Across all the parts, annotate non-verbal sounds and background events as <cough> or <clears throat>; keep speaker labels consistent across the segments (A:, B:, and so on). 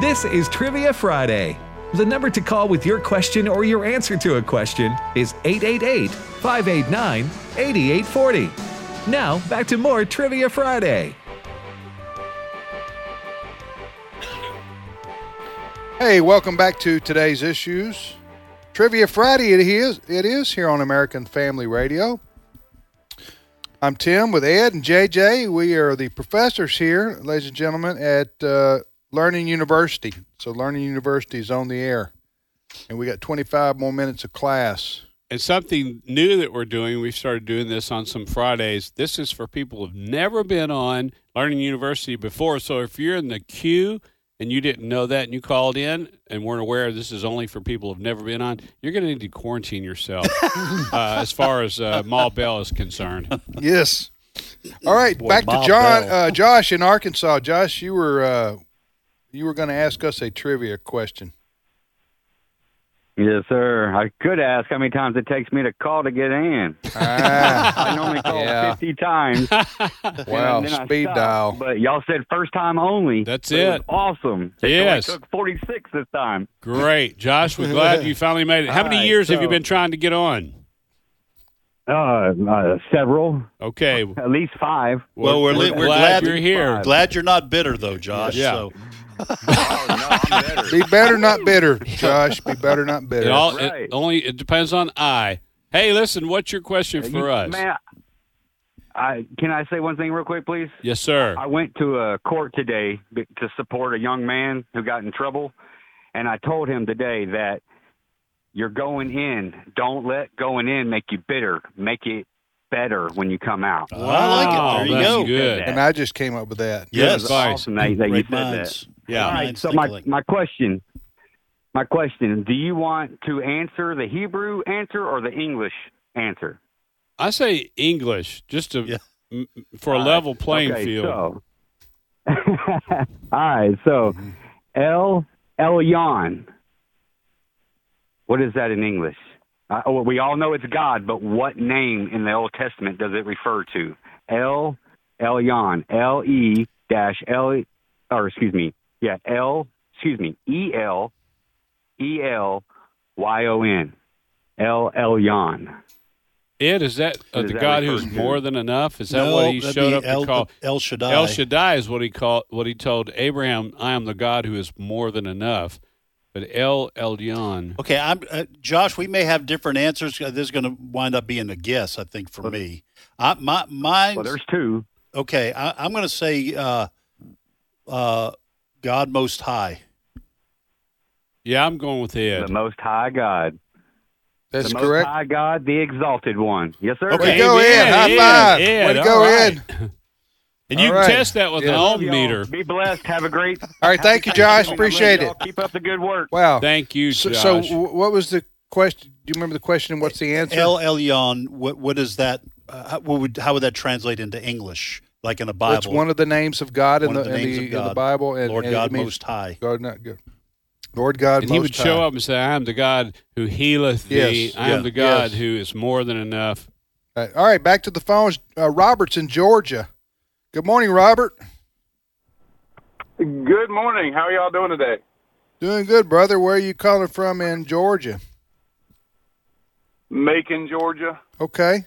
A: This is Trivia Friday. The number to call with your question or your answer to a question is 888 589 8840. Now, back to more Trivia Friday.
B: Hey, welcome back to today's issues. Trivia Friday it is it is here on American Family Radio. I'm Tim with Ed and JJ. We are the professors here, ladies and gentlemen, at uh, Learning University. So Learning University is on the air. And we got 25 more minutes of
C: <laughs>
B: class.
D: And something new that we're doing, we've started doing this on some Fridays. This is for people who've never been on Learning University before. So if you're in the queue and you didn't know that and you called in and weren't aware this is only for people who've never been on, you're going to need to quarantine yourself uh, as far as uh, Ma Bell is concerned.
B: Yes. All right, back to
C: Bob
B: John,
C: Bell.
B: uh, Josh in Arkansas. Josh, you were uh, you were going to ask us a trivia question.
E: Yes, sir. I could ask how many times it takes me to call to
D: <laughs>
E: get in.
B: Ah,
E: I normally call
B: Yeah.
E: 50 times.
B: wow,
E: and <laughs> then I
B: speed
E: stopped.
B: dial.
E: But y'all said first time only.
D: That's
E: But was
D: it.
E: awesome. It
D: Yes.
E: only took 46 this time.
D: Great. Josh, we're glad you finally made it. How
E: All
D: many
E: right,
D: years have you
E: so-
D: been trying to get on?
E: Uh, uh, several, <laughs>
D: Okay.
E: at least five.
C: Well, we're, li- we're
D: glad,
C: glad,
D: you're here.
C: Glad you're not bitter though, Josh.
D: Yeah.
C: So
E: Oh, no, I'm better.
B: Be better, not bitter, Josh. Be better, not
D: It
B: bitter.
D: all it
E: Right.
D: only it depends on I. Hey, listen, what's your question <laughs>
E: You-
D: for us?
E: Man, I, can I say one thing real quick, please?
D: Yes, sir.
E: I went to a court today b- to support a young man who got in trouble, and I told him today that you're going in. Don't let going in make you bitter. Make it better when you come out.
C: Oh, I like it. There
D: that's
C: you go.
D: good.
B: and I just came up with that.
C: Yes.
D: advice.
E: Awesome that, that you
C: Great
E: said that.
C: minds.
D: Yeah.
C: Great
E: All right.
C: minds
E: So
C: think
E: my
C: alike.
E: my question, my question: Do you want to answer the Hebrew answer or the English answer?
D: I say English just to
C: Yeah.
D: m- for a level playing
E: okay,
D: field.
E: So. <laughs> All right, so El Elyon. What is that in English? Uh, oh, we all know it's God, but what name in the Old Testament does it refer to? El Elyon, L E dash L, or excuse me, yeah, L, excuse me, E L E L Y O N, El Elyon.
D: Ed, is that uh,
E: Is
D: the
E: that
D: God
E: referred
D: who's
E: to-
D: more than enough? Is that
C: no,
D: what he
C: that'd
D: showed
C: be
D: up
C: El,
D: to call?
C: El Shaddai.
D: El Shaddai is what he called. What he told Abraham, "I am the God who is more than enough." But El Elyon.
C: Okay, I'm uh, Josh. We may have different answers. Uh, This is going to wind up being a guess, I think, for me. I, my mine.
E: Well, there's two.
C: okay, I, I'm going to say uh, uh, God Most High.
D: Yeah, I'm going with Ed.
E: The Most High God.
B: That's
E: the
B: correct.
E: Most High God, the Exalted One. Yes, sir.
B: Way
D: Okay,
B: to go,
D: Amen.
B: Ed. High
D: Ed,
B: five.
D: Ed,
B: Way to
D: all
B: go,
D: right.
B: Ed.
D: <laughs> And you
B: All
D: can
B: right.
D: test that with
B: Yeah.
D: an
E: Love
D: ohm
E: y'all.
D: meter.
E: Be blessed. Have a great.
B: All right, thank you, Josh.
E: Y'all
B: Appreciate it.
E: Keep up the good work.
B: Wow.
D: Thank you,
B: So,
D: Josh.
B: so w- what was the question? Do you remember the question? and What's the answer?
C: El Elyon. What what is that? Uh, how- what would how would that translate into English, like in a Bible?
B: It's one of the names of God in
C: One
B: the,
C: of the
B: in,
C: names
B: the
C: of
B: in the
C: God.
B: Bible, and
C: Lord
B: and
C: God
B: it means
C: Most High.
B: God, not good. Lord God
D: and
B: Most
D: he would
B: High.
D: show up and say, "I am the God who healeth thee.
B: Yes,
D: I am
C: yeah,
D: the God
B: yes.
D: who is more than enough."
B: All right, all right, back to the phones. Uh, Robert's in Georgia. Good morning, Robert.
F: Good morning. How are y'all doing today?
B: Doing good, brother. Where are you calling from in Georgia?
F: Macon, Georgia.
B: Okay.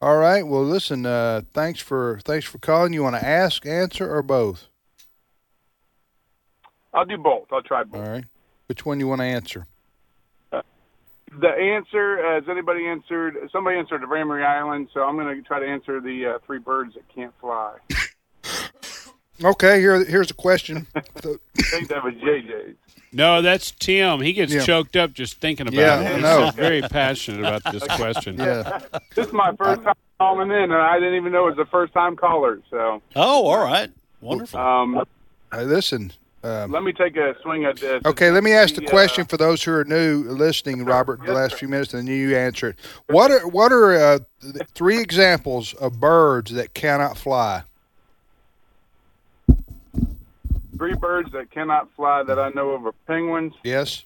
B: All right. Well, listen. Uh, thanks for thanks for calling. You want to ask, answer, or both?
F: I'll do both. I'll try
B: All
F: both.
B: right. Which one you want to answer?
F: The answer, uh, has anybody answered? Somebody answered Ramery Island, so I'm going to try to answer the uh, three birds that can't fly.
B: Okay. Here here's a
F: <laughs>
B: question.
F: I think that was JJ.
D: No, that's Tim. He gets
B: Yeah.
D: choked up just thinking about
B: Yeah,
D: it.
B: I
D: He's
B: know.
D: just very passionate about
B: <laughs>
D: this question.
B: yeah.
F: This is my
B: Uh,
F: first time calling in, and I didn't even know it was a first time caller. So
C: Oh, all right, wonderful.
B: Uh,
F: um,
B: Hey, listen. Um,
F: let me take a swing at this.
B: Okay, let me ask the
F: The, uh,
B: question for those who are new listening, Robert, the
F: Yes,
B: last
F: sir.
B: few minutes, and then you answer it. What are what are uh, th- three examples of birds that cannot fly?
F: Three birds that cannot fly that I know of are penguins,
B: Yes.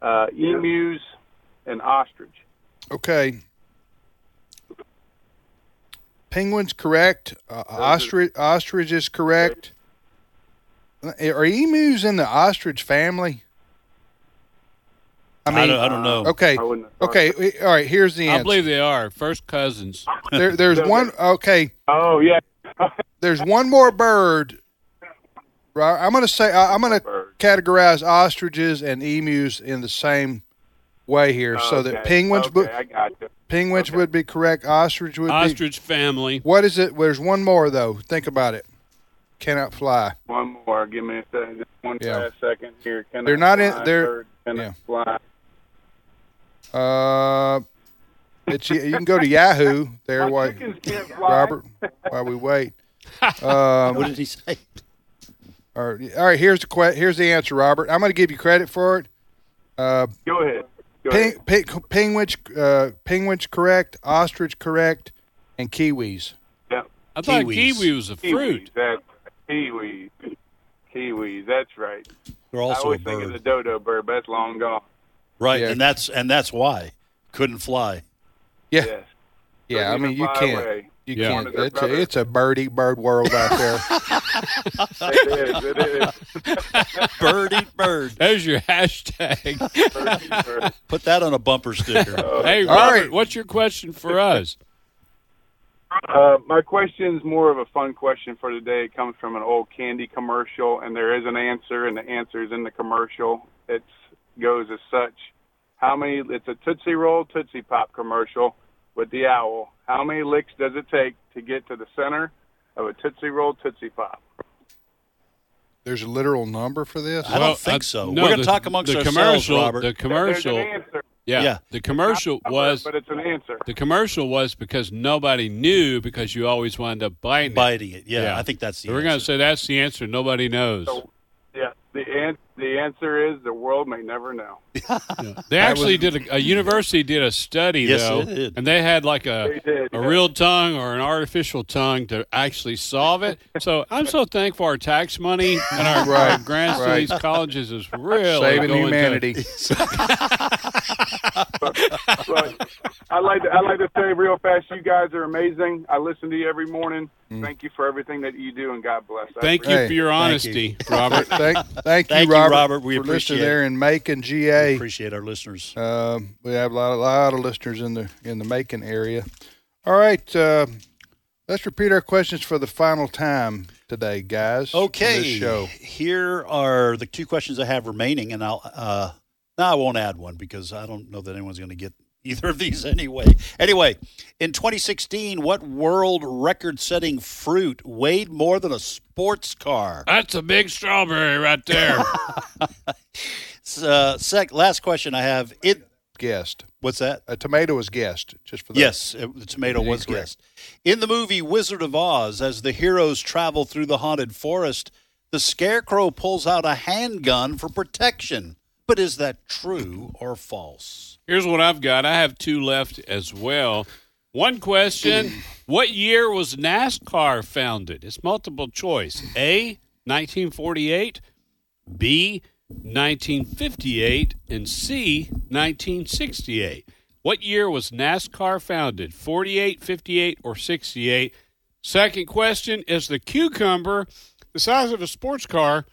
F: uh, emus, and ostrich.
B: Okay. Penguins, correct. Uh, ostrich, ostrich is correct. Are emus in the ostrich family? I mean,
C: don't, I don't know.
B: okay,
G: I wouldn't have thought
B: okay, we- all right. Here's the
D: I
B: answer.
D: believe they are first cousins.
B: There, there's one. Okay,
G: Oh yeah,
B: there's one more bird. Right, I'm going to say I, I'm going to
G: Bird.
B: categorize ostriches and emus in the same way here, so that
G: Okay,
B: penguins,
G: Okay,
B: bu-
G: I got you.
B: penguins would be correct. Ostrich would be.
D: Ostrich family.
B: What is it? There's one more though. Think about it. Cannot fly.
G: One more. Give me a second. Just one
B: Yeah.
G: last second here. Can
B: They're
G: I
B: not in-
G: fly?
B: they're-
G: Bird, Can I
B: yeah.
G: fly?
B: Uh, it's, you can go to Yahoo there,
G: My
B: while,
G: chickens can't fly.
B: Robert, while we wait. Um,
C: What did he say?
B: All right, all right. Here's the que- here's the answer, Robert. I'm going to give you credit for it. Uh,
G: Go ahead. Go
B: ping,
G: ahead.
B: ping, penguins, uh, penguins correct, ostrich correct, and kiwis.
G: Yeah.
D: I thought
C: Kiwis.
D: kiwi was a fruit.
G: Kiwis, That's kiwis. Kiwis. That's right.
C: They're
G: I
C: also a
G: always think of the
C: bird,
G: dodo bird, but that's
B: <laughs>
G: long gone.
C: right?
B: Yeah.
C: And that's and that's why couldn't
B: <laughs>
C: fly.
B: Yeah,
G: Yes.
B: yeah. I
G: Couldn't
B: mean,
G: even
B: you
G: fly
B: can't.
G: away.
B: You
D: Yeah.
B: can't.
G: They're
B: It's a,
G: brothers.
B: it's a birdie bird world out there. <laughs>
G: It is. It is.
C: Bird eat bird.
D: There's your <laughs> hashtag.
F: <laughs>
B: <laughs>
G: Bird, bird.
C: Put that on a bumper sticker.
D: hey, Robert,
B: All right.
D: what's your question for us?
G: Uh, my question is more of a fun question for today. It comes from an old candy commercial, and there is an answer, and the answer is in the commercial. It goes as such: How many? It's a Tootsie Roll Tootsie Pop commercial with the owl. How many licks does it take to get to the center of a Tootsie Roll Tootsie Pop?
B: There's a literal number for this.
C: <laughs> I don't
D: Well, uh,
C: think so.
D: no,
C: We're going
D: the-
C: to talk amongst
D: the
C: ourselves,
D: commercial,
C: Robert.
D: The
G: There's an
D: commercial,
G: answer.
D: yeah,
C: Yeah.
D: the commercial was
G: but it's an answer.
D: the commercial was because nobody knew because you always wound up biting. it.
C: Biting it. Yeah,
D: Yeah.
C: I think that's the.
D: We're going to
C: answer.
D: say that's the answer. Nobody knows.
G: So- Yeah. The an- the answer is the world may never know.
D: They actually did a, a university did a study
C: Yes,
D: though,
C: they did.
D: and they had like a
G: They did,
D: a
G: yeah.
D: real tongue or an artificial tongue to actually solve
G: <laughs>
D: it. So I'm so thankful our tax money and our, our
B: Right,
D: grants to
B: right.
D: these colleges is really
B: Saving
D: going to- <laughs>
B: humanity.
G: But I like to, I like to say real fast, you guys are amazing. I listen to you every morning. Thank you for everything that you do, and God bless. I
D: Thank you
B: Hey,
D: for your honesty, Robert.
B: <laughs> thank, thank,
C: Thank
B: you,
C: you,
B: Robert.
C: Robert. We
B: for listening
C: appreciate
B: there in Macon,
C: We
B: GA.
C: appreciate our listeners.
B: Um, we have a lot, a lot of listeners in the in the Macon area. All right, uh, let's repeat our questions for the final time today, guys. on
C: Okay.
B: this show.
C: Here are the two questions I have remaining, and I'll uh, no, I won't add one because I don't know that anyone's going to get either of these <laughs> anyway. Anyway, in 2016, what world record-setting fruit weighed more than a sports car?
D: That's a big strawberry right there. <laughs>
C: S- Uh, sec, last question I have. It
B: Guest.
C: what's that?
B: A tomato is guest. Just for that.
C: Yes, uh, the tomato
B: That
C: was
B: is correct.
C: guessed. In the movie Wizard of Oz, as the heroes travel through the haunted forest, the scarecrow pulls out a handgun for protection. But is that true or false?
D: Here's what I've got. I have two left as well. One question What year was NASCAR founded? It's multiple choice. A, 1948, B, 1958, and C, 1968. What year was NASCAR founded? 48, 58, or 68? Second question Is the cucumber the size of a sports car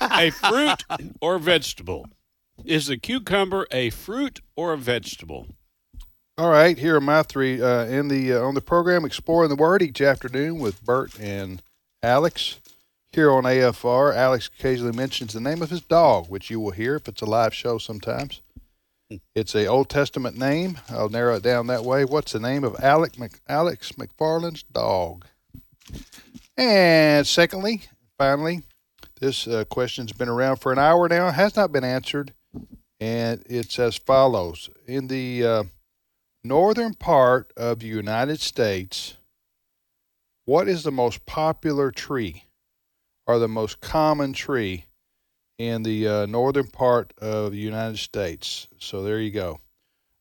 D: a fruit or vegetable? Is the cucumber a fruit or a vegetable?
B: All right. Here are my three uh, in the uh, on the program exploring the word each afternoon with Bert and Alex. Here on AFR, Alex occasionally mentions the name of his dog, which you will hear if it's a live show sometimes. It's a Old Testament name. I'll narrow it down that way. What's the name of Alec Mc, Alex McFarland's dog? And secondly, finally, this uh, question's been around for an hour now, has not been answered, and it's as follows: In the uh, northern part of the United States, what is the most popular tree or the most common tree in the uh, northern part of the United States? So there you go.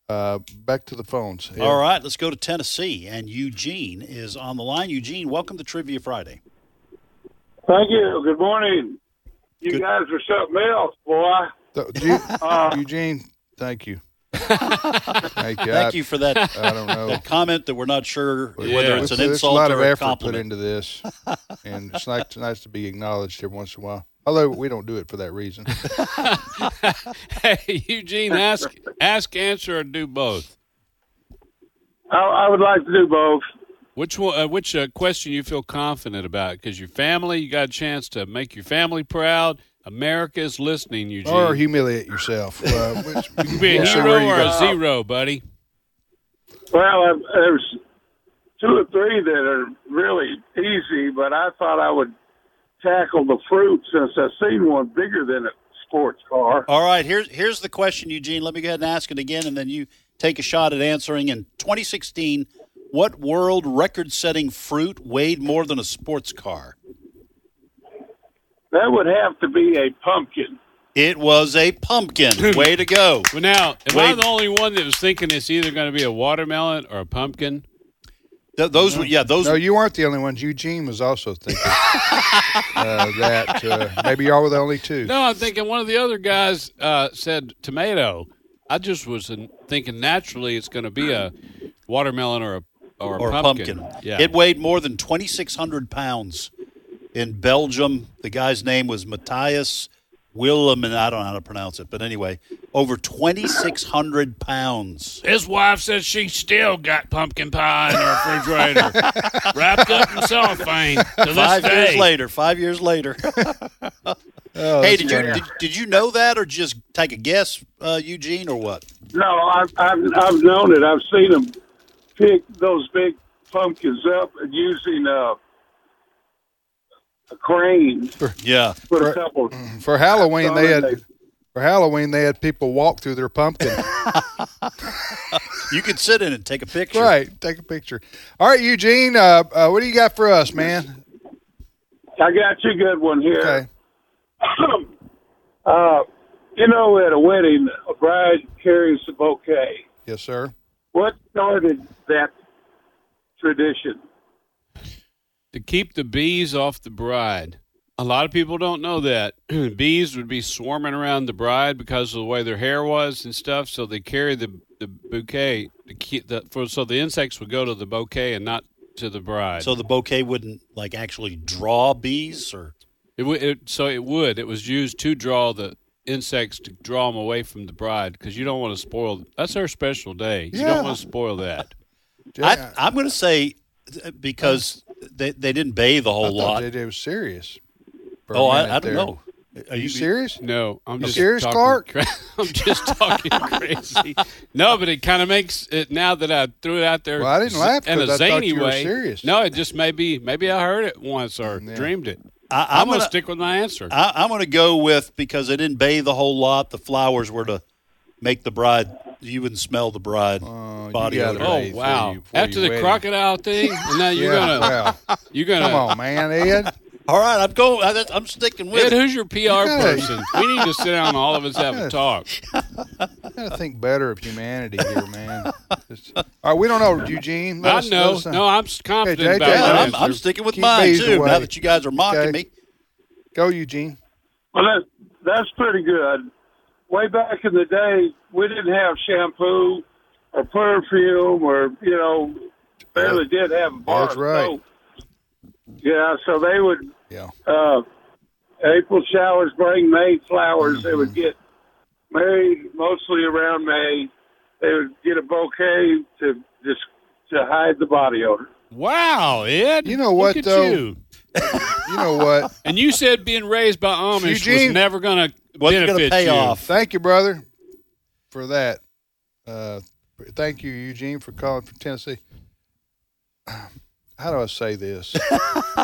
B: Uh, back to the phones.
C: All right, let's go to Tennessee, and Eugene is on the line. Eugene, welcome to Trivia Friday.
G: Thank you. Good morning. You
C: Good-
G: guys are something else, boy.
B: Th- do you- Eugene, thank you. thank you. I,
C: Thank you
B: <laughs>
C: for that,
B: I don't
C: <laughs>
B: know.
C: that comment that we're not sure
B: We-
C: whether
B: we
C: it's an
B: put- there's a
C: insult
B: lot of
C: or a
B: effort put
C: compliment.
B: into this, and it's nice, nice to be acknowledged every once in a while. Although we don't do it for that reason.
D: Hey, Eugene, ask, ask, answer, or do both.
F: I, I would like to do both.
D: Which one? Uh, which uh, question you feel confident about? Because your family, you got a chance to make your family proud. America is listening, Eugene.
B: or humiliate yourself. Uh, which,
D: you be a
B: we'll see
D: hero
B: where you
D: or
B: go.
D: a zero, buddy.
F: Well, I, there's two or three that are really easy, but I thought I would tackle the fruit since I've seen one bigger than a sports car.
C: All right, here's here's the question, Eugene. Let me go ahead and ask it again, and then you take a shot at answering. In 2016, what world record-setting fruit weighed more than a sports car?
F: That would have to be a pumpkin.
C: It was a pumpkin. Way to go!
D: Well, now, am I
C: Wait.
D: the only one that was thinking it's either going to be a watermelon or a pumpkin?
C: Th- those were yeah, those
B: No, you weren't the only ones. Eugene was also thinking uh, that uh, maybe y'all were the only two.
D: No, I'm thinking one of the other guys uh, said tomato. I just was in, thinking naturally it's going to be a watermelon or a or a
C: or a
D: pumpkin.
C: pumpkin.
D: Yeah.
C: It weighed more than 2,600 pounds in Belgium. The guy's name was Matthias Willem, and I don't know how to pronounce it, but anyway, over 2,600 pounds.
D: His wife says she still got pumpkin pie in the
C: <laughs>
D: refrigerator, wrapped up in cellophane to this
C: Five years
D: day.
C: later, five years later. <laughs>
B: Oh,
C: hey,
B: that's
C: did you,
B: funny.
C: did, did you know that or just take a guess, uh, Eugene, or what?
F: No, I've, I've, I've known it. I've seen them pick those big pumpkins up and using uh, a crane
C: Yeah.
F: for
B: Right.
F: a couple.
B: for Halloween they
F: Sorry.
B: had for Halloween they had people walk through their pumpkin. <laughs>
C: You could sit in it and take a picture.
B: right, take a picture. All right, Eugene, uh, uh, what do you got for us, man?
F: I got you a good one here.
B: Okay,
F: <clears throat> uh, you know, at a wedding, a bride carries the bouquet.
B: yes, sir.
F: What started that tradition?
D: to keep the bees off the bride. A lot of people don't know that. <clears throat> bees would be swarming around the bride because of the way their hair was and stuff, so they carry the, the bouquet to keep the for so the insects would go to the bouquet and not to the bride.
C: So the bouquet wouldn't like actually draw bees or
D: it, wou- it so it would. It was used to draw the insects to draw them away from the bride because you don't want to spoil. That's her special day. You
B: Yeah.
D: don't want to spoil that.
B: Yeah.
C: I, I'm going to say uh, because they, they didn't bathe a
B: I
C: whole
B: thought
C: lot.
B: JJ was serious. for a
C: Oh, I,
B: minute
C: I don't
B: there.
C: know. Are
B: Are you serious?
D: No, I'm
B: You
D: just
B: serious,
D: talking
B: Clark?
D: cra- <laughs> I'm
B: <laughs>
D: just talking crazy. No, but it kind of makes it now that I threw it out there.
B: Well, I didn't
D: z-
B: laugh
D: in a
B: 'cause I thought
D: zany
B: you were
D: way.
B: serious.
D: No, it just maybe maybe I heard it once or dreamed it.
C: I,
D: I'm,
C: I'm
D: gonna,
C: going to
D: stick with my answer.
C: I, I'm going to go with because they didn't bathe a whole lot. The flowers were to make the bride. You wouldn't smell the bride
B: Uh, you
C: body
B: gotta
C: odor.
B: bathe.
D: oh
B: before
D: wow!
B: you- before
D: After
B: you
D: the
B: wed him.
D: crocodile
B: <laughs>
D: thing, and now you're
B: yeah,
D: gonna
B: well,
D: you're gonna
B: <laughs> come
D: <laughs>
B: on, man, Ed.
C: All right, I'm going. I, I'm sticking with
D: Ed,
C: it.
D: who's your PR person? We need to sit down and all of us have a talk.
B: Gotta think better of humanity here, man. Just- all right, we don't know, Eugene. Let
D: I
B: us- let
D: know.
B: us, uh,
D: No, I'm s- confident
B: JJ,
D: about
B: yeah,
D: my
C: Yeah, I'm,
D: answer.
C: I'm sticking with
B: Keep
C: mine
B: bees
C: too.
B: away.
C: Now that you guys are mocking
B: Okay.
C: me,
B: Go, Eugene.
F: Well, that, that's pretty good. Way back in the day, we didn't have shampoo or perfume, or you know, barely did have a bar.
B: That's right.
F: soap. yeah, so they would
B: Yeah.
F: uh, April showers bring May flowers. They
B: Mm-hmm.
F: would get married mostly around May. They would get a bouquet to just to hide the body odor.
D: Wow, Ed.
B: You know
D: Look
B: what,
D: at
B: though?
D: you.
B: You know what?
D: And you said being raised by Amish
B: Eugene,
D: was never going to
C: wasn't going to
D: benefit
C: pay
D: you.
C: off.
B: Thank you, brother, for that. Uh, thank you, Eugene, for calling from Tennessee. <sighs> How do I say this?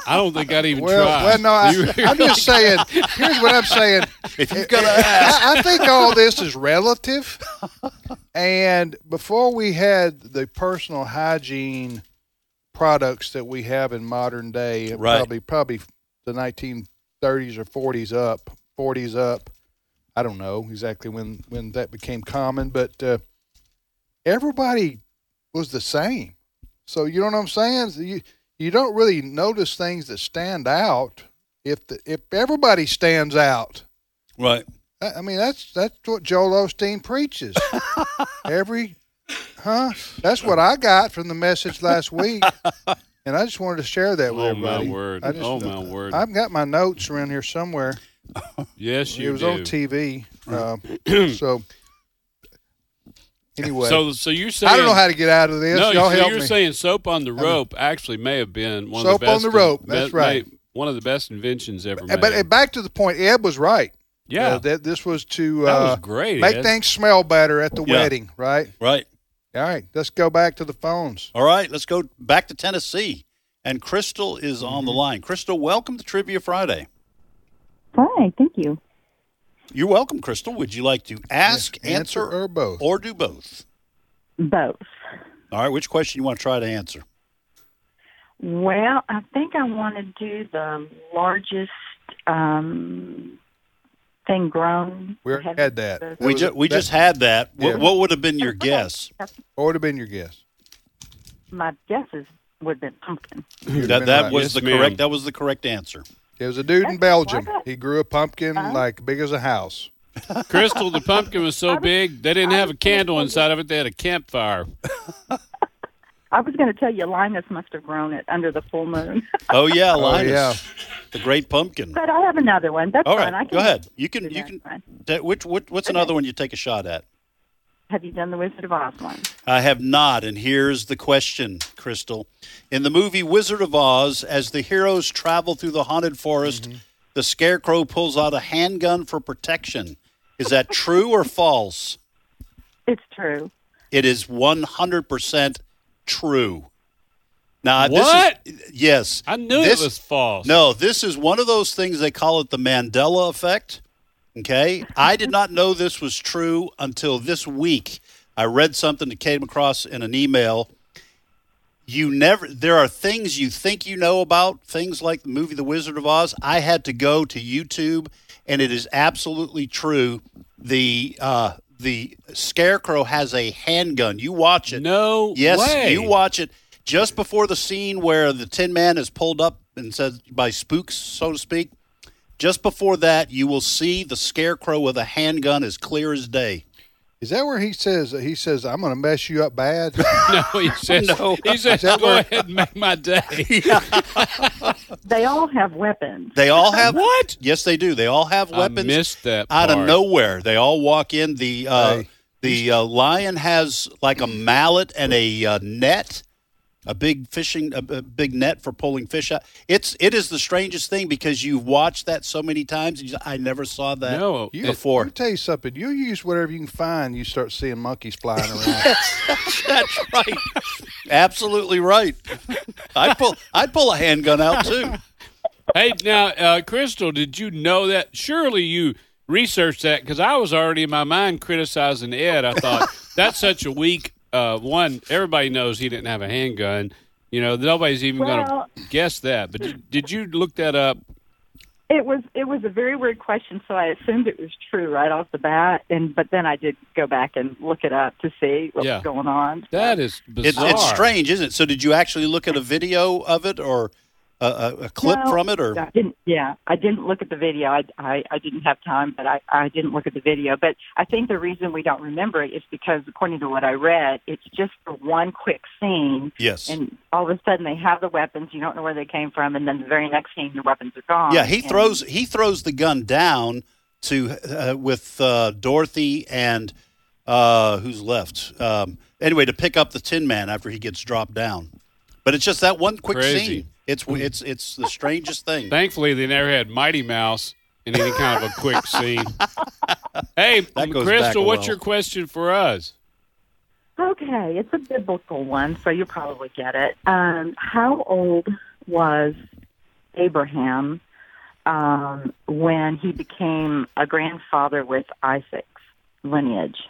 D: I don't think I'd even
B: Well,
D: try.
B: well, no,
D: <laughs> You
B: I,
D: really-
B: I'm just saying. Here's what I'm
D: <laughs>
B: saying.
C: If you've got to
B: I, I think all this is relative. And before we had the personal hygiene products that we have in modern day,
C: Right.
B: probably probably the 1930s or 40s up, 40s up. I don't know exactly when when that became common, but uh, everybody was the same. So you know what I'm saying? So You you don't really notice things that stand out if the, if everybody stands out.
C: right,
B: I I mean, that's that's what Joel Osteen preaches. Every, huh? That's what I got from the message last week, and I just wanted to share that with
D: Oh, my
B: everybody.
D: word.
B: I just-
D: Oh, my word.
B: I've got my notes around here somewhere.
D: Yes, you
B: it was
D: do.
B: on TV.
D: <clears throat>
B: Uh, so anyway,
D: So, so you're saying
B: I don't know how to get out of this.
D: No,
B: Y'all
D: so
B: help me.
D: you're
B: Uh-huh.
D: saying soap on the rope actually may have been one of
B: Soap
D: the
B: on
D: best
B: the rope,
D: be-
B: that's right.
D: may- one of the best inventions ever
B: Uh,
D: made.
B: but uh, back to the point, Ed was right.
D: yeah,
B: Uh, that this was to
D: that
B: uh,
D: was great.
B: make
D: Ed.
B: things smell better at the
C: Yeah.
B: wedding, right?
C: Right.
B: All right, let's go back to the phones.
C: All right, let's go back to Tennessee. And Crystal is on
B: Mm-hmm.
C: the line. Crystal, welcome to Trivia Friday.
H: Hi, thank you.
C: You're welcome, Crystal. Would you like to ask,
B: Yes,
C: answer,
B: or both.
C: or do both?
H: Both.
C: All right, which question you want to try to answer?
H: Well, I think I want to do the largest um, thing grown.
B: we already had that. That
C: we
B: was-
C: ju- we
B: that-
C: just had that.
B: Yeah.
C: What, what would have been your guess?
B: What would have been your guess?
H: My guess is would have been pumpkin.
B: You'd have
C: That
B: been
C: that
B: right.
C: was
D: Yes,
C: the
D: ma'am.
C: correct. That was the correct answer.
B: There was a dude in Belgium.
H: What?
B: He grew a pumpkin
H: Huh?
B: like big as a house.
D: Crystal, the pumpkin was so big they didn't have a candle inside of it; they had a campfire.
H: I was going to tell you, Linus must have grown it under the full moon. <laughs>
C: Oh yeah,
B: Oh,
C: Linus,
B: yeah.
C: the Great Pumpkin.
H: but I have another one. That's
C: All
H: fine. I
C: right,
H: can
C: go ahead. You
H: do
C: can you
H: that
C: can.
H: one.
C: That, which what, what's another one you take a shot at?
H: Have you done the Wizard of Oz one?
C: I have not, and here's the question, Crystal. In the movie Wizard of Oz, as the heroes travel through the haunted forest,
D: Mm-hmm.
C: the scarecrow pulls out a handgun for protection. Is that true or false?
H: It's true.
C: It is 100% true. Now,
D: What?
C: This is, yes.
D: I knew
C: this,
D: it was false.
C: No, this is one of those things they call it the Mandela effect. Okay. I did not know this was true until this week. I read something that came across in an email. You never, there are things you think you know about, things like the movie The Wizard of Oz. I had to go to YouTube, and it is absolutely true. The, uh, the scarecrow has a handgun. You watch it.
D: no
C: Yes,
D: way.
C: you watch it just before the scene where the Tin Man is pulled up and says by spooks, so to speak. Just before that, you will see the Scarecrow with a handgun as clear as day.
B: Is that where he says he says I'm going to mess you up bad?
D: <laughs> No,
C: <laughs>
D: he says.
C: No.
D: He says,
B: that
D: "Go
B: where-
D: ahead and make my
C: <laughs>
D: day."
H: They all have weapons.
C: They all
D: <laughs>
C: have
D: what?
C: Yes, they do. They all have weapons.
D: I missed that.
C: out of
D: part.
C: nowhere. They all walk in. The uh,
B: Hey.
C: the uh, lion has like a mallet and a uh, net, a big fishing, a, a big net for pulling fish out. It's it is the strangest thing because you've watched that so many times. And you, I never saw that
D: No,
B: You,
C: before.
B: Let me tell you something. You use whatever you can find. You start seeing monkeys flying around.
C: That's right. Absolutely right. I pull I pull a handgun out too.
D: Hey, now, uh, Crystal, did you know that? Surely you researched that because I was already in my mind criticizing Ed. I
C: <laughs>
D: thought that's such a weak uh, one. Everybody knows he didn't have a handgun. You know, nobody's even
H: Well-
D: going to guess that. But did, did you look that up?
H: It was it was a very weird question, so I assumed it was true right off the bat, and but then I did go back and look it up to see what
D: Yeah.
H: was going on.
D: That is
C: It's
D: bizarre.
C: it's strange, isn't it? So did you actually look at a video of it or a, a, a clip
H: No,
C: from it or?
H: I didn't. Yeah, I didn't look at the video. I, I, I didn't have time, but I, I didn't look at the video. But I think the reason we don't remember it is because, according to what I read, it's just the one quick scene,
C: Yes.
H: and all of a sudden they have the weapons. You don't know where they came from, and then the very next scene, the weapons are gone.
C: Yeah, he
H: and-
C: throws he throws the gun down to uh, with uh, Dorothy and uh, who's left. Um, anyway, to pick up the Tin Man after he gets dropped down. But it's just that one quick
D: Crazy.
C: scene. It's it's it's the strangest thing.
D: Thankfully, they never had Mighty Mouse in any kind of a quick
C: <laughs>
D: scene. hey,
C: That goes back a
D: Crystal, what's
C: while.
D: your question for us?
H: Okay, it's a biblical one, so you probably get it. Um, how old was Abraham um, when he became a grandfather with Isaac's lineage?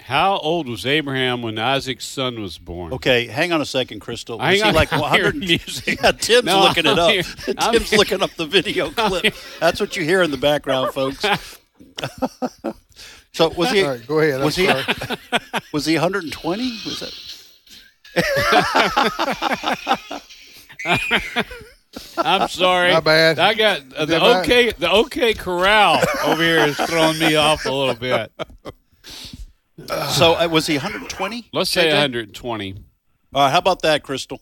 D: How old was Abraham when Isaac's son was born?
C: Okay, hang on a second, Crystal.
D: Hang
C: Was he
D: on, <laughs>
C: like
D: I'm
C: 100
D: hearing music.
C: Yeah, Tim's
D: No,
C: looking
D: I'm
C: it up.
D: hear-
C: <laughs>
D: I'm
C: Tim's
D: hear-
C: looking up the video clip. That's what you hear in the
D: <laughs>
C: background, folks. so was he?
B: All right, go ahead. I'm
C: was he?
B: sorry.
C: <laughs> Was he 120? Was that? <laughs>
D: I'm sorry.
B: My bad.
D: I got uh, the
B: Did I-
D: OK the OK Corral over here is throwing me off a little bit.
C: So uh, was he 120?
D: Let's say
C: JJ?
D: 120.
C: All right, how about that, Crystal?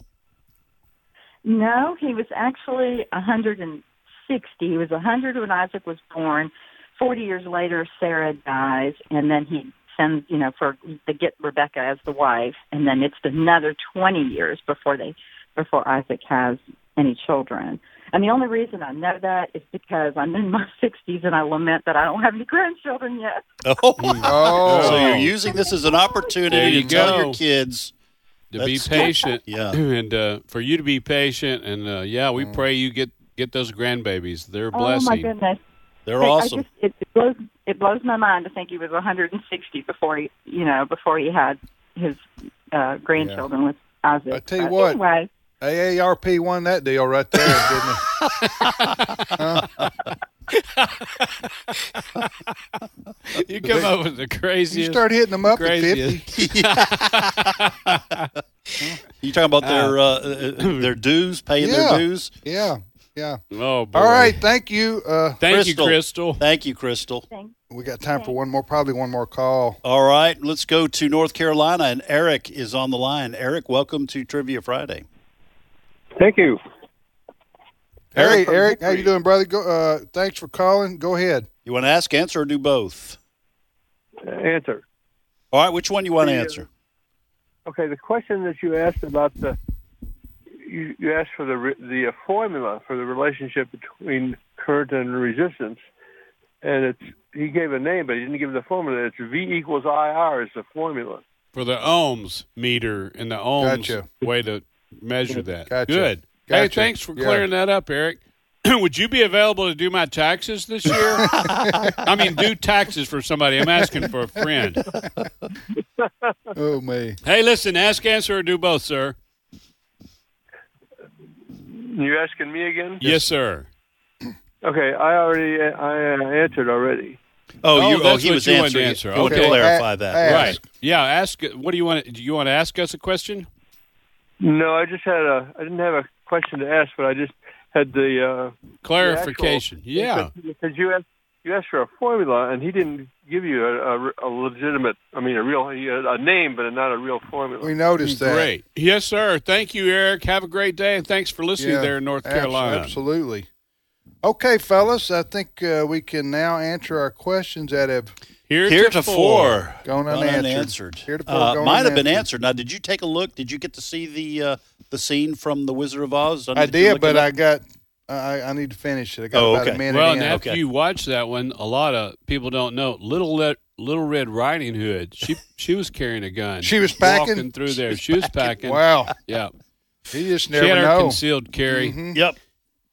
H: No, he was actually 106 60. He was 100 when Isaac was born. 40 years later, Sarah dies, and then he sends, you know, for to get Rebecca as the wife, and then it's another 20 years before they, before Isaac has any children. And the only reason I know that is because I'm in my <laughs> 60s and I lament that I don't have any grandchildren yet.
C: <laughs> Oh,
B: Oh.
C: so you're using this as an
D: There
C: opportunity
D: you
C: to tell
D: go.
C: your kids.
D: to be
C: That's-
D: patient.
C: Yeah.
D: <clears throat>
C: Mm.
D: and uh, for you to be patient, and uh, yeah, we pray you get get those grandbabies. They're a
H: Oh
D: blessing.
H: my goodness.
C: They're
H: I-
C: awesome.
H: I just, it, it blows it blows my mind to think he was 160 before he you know before he had his uh, grandchildren with Isaac.
B: I tell you
H: But
B: what.
H: anyway,
B: AARP won that deal right there, didn't it?
D: You come up with the
B: You
D: craziest.
B: start hitting them up at fifty.
D: craziest.
C: you talking about
D: Ah.
C: their uh, uh, their dues, paying
B: Yeah.
C: their dues?
B: Yeah, yeah.
D: Oh boy!
B: All right, thank you. Uh,
D: Thank
C: Crystal.
D: you, Crystal.
C: Thank you, Crystal.
H: thank-
B: we got time for one more, probably one more call.
C: All right, let's go to North Carolina, and Eric is on the line. Eric, welcome to Trivia Friday.
G: Thank you.
B: Hey,
D: from
B: Eric, how you
D: Hickory.
B: doing, brother? Go, uh, thanks for calling. Go ahead.
C: You want to ask, answer, or do both?
G: Answer.
C: All right, which one you want to
G: Yeah.
C: answer?
G: Okay, the question that you asked about the you, you asked for the re- the uh, formula for the relationship between current and resistance, and it's he gave a name, but he didn't give the formula. It's V equals IR is the formula.
D: For the ohms meter and the ohms
B: Gotcha.
D: way to measure that.
B: Gotcha.
D: Good. Hey,
B: Gotcha.
D: thanks for
B: Yeah.
D: clearing that up, Eric. <clears throat> Would you be available to do my taxes this year?
B: <laughs>
D: I mean, do taxes for somebody. I'm asking for a friend.
B: Oh me.
D: Hey, listen, ask, answer, or do both, sir.
G: You asking me again?
D: Yes, sir.
G: Okay, I already I uh, answered already.
C: Oh,
D: Oh,
C: you, oh
D: that's
C: he
D: what
C: was
D: you wanted
C: answering.
D: to answer.
C: You want to
D: Okay.
C: clarify
B: A-
C: that.
B: ask.
D: Right. Yeah. Ask. What do you want? Do you want to ask us a question?
G: No, I just had a I didn't have a question to ask, but I just had the uh,
D: Clarification.
G: the
D: Yeah.
G: actual- because you asked you asked for a formula, and he didn't give you a, a, a legitimate I mean a real he had a name, but not a real formula.
B: We noticed that.
D: Great. Yes, sir. Thank you, Eric. Have a great day, and thanks for listening
B: Yeah,
D: there in North
B: abs-
D: Carolina.
B: Absolutely. Okay, fellas, I think uh, we can now answer our questions that have
D: Here,
C: Heretofore
B: Gone unanswered. Heretofore
C: Uh,
B: gone
C: might have been
B: unanswered.
C: answered. Now, did you take a look? Did you get to see the uh, the scene from The Wizard of Oz?
B: I
C: you
B: did,
C: look
B: but
C: it
B: I
C: up?
B: got. I, I need to finish it. I got
C: Oh,
B: about a
C: okay.
B: minute.
D: Well,
B: in.
D: and after
C: Okay.
D: you watch that one, a lot of people don't know. Little Le- Little Red Riding Hood. She she was carrying a gun.
B: She was packing?
D: walking through there. She was packing.
C: <laughs>
B: wow,
D: Yeah.
B: you just
D: She
B: never
D: had her
B: know. Mm-hmm.
D: concealed carry.
C: Yep.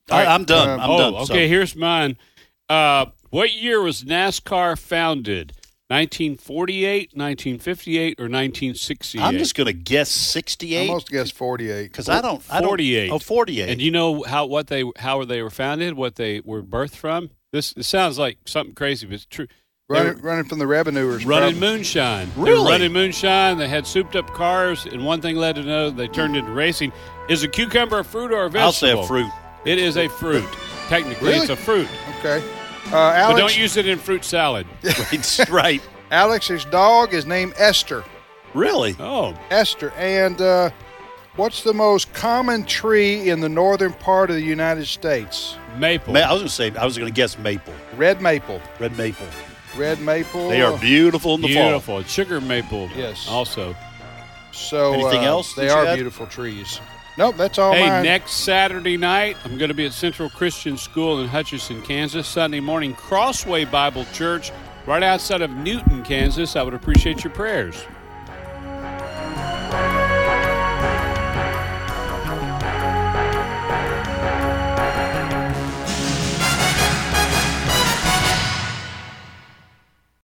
C: I,
D: right.
C: I'm done. I'm
B: uh,
D: oh,
C: done.
D: okay.
C: So,
D: Here's mine. Uh, what year was NASCAR founded? 1948, 1958, or 1968?
C: I'm just going to guess 68
B: almost guessed forty-eight.
C: because I don't. I don't-
D: 48.
C: Oh, 48.
D: And you know how what they how they were founded, what they were birthed from. This it sounds like something crazy, but it's true. They
B: Running, running from the revenuers.
D: running
B: probably.
D: moonshine. They were
C: Really?
D: running moonshine. They had souped up cars, and one thing led to another. They turned into racing. Is a cucumber a fruit or a vegetable?
C: I'll say a fruit.
D: It is a fruit. Technically,
B: Really?
D: it's a fruit,
B: Okay. Uh,
D: but
B: Alex,
D: don't use it in fruit salad.
C: Right. <laughs> right.
B: Alex's dog is named Esther.
C: Really?
D: Oh,
B: Esther. And uh, what's the most common tree in the northern part of the United States?
D: maple.
C: Ma- I was going to say. I was going to guess maple.
B: Red maple.
C: Red maple.
B: Red maple.
C: They are beautiful in the fall.
D: Oh. Beautiful sugar maple.
B: Yes.
D: Also,
B: So
C: Anything
B: uh,
C: else
B: They
C: that you
B: are
C: had?
B: beautiful trees. Nope, that's all
D: hey,
B: mine.
D: next Saturday night, I'm going to be at Central Christian School in Hutchinson, Kansas. Sunday morning, Crossway Bible Church, right outside of Newton, Kansas. I would appreciate your prayers.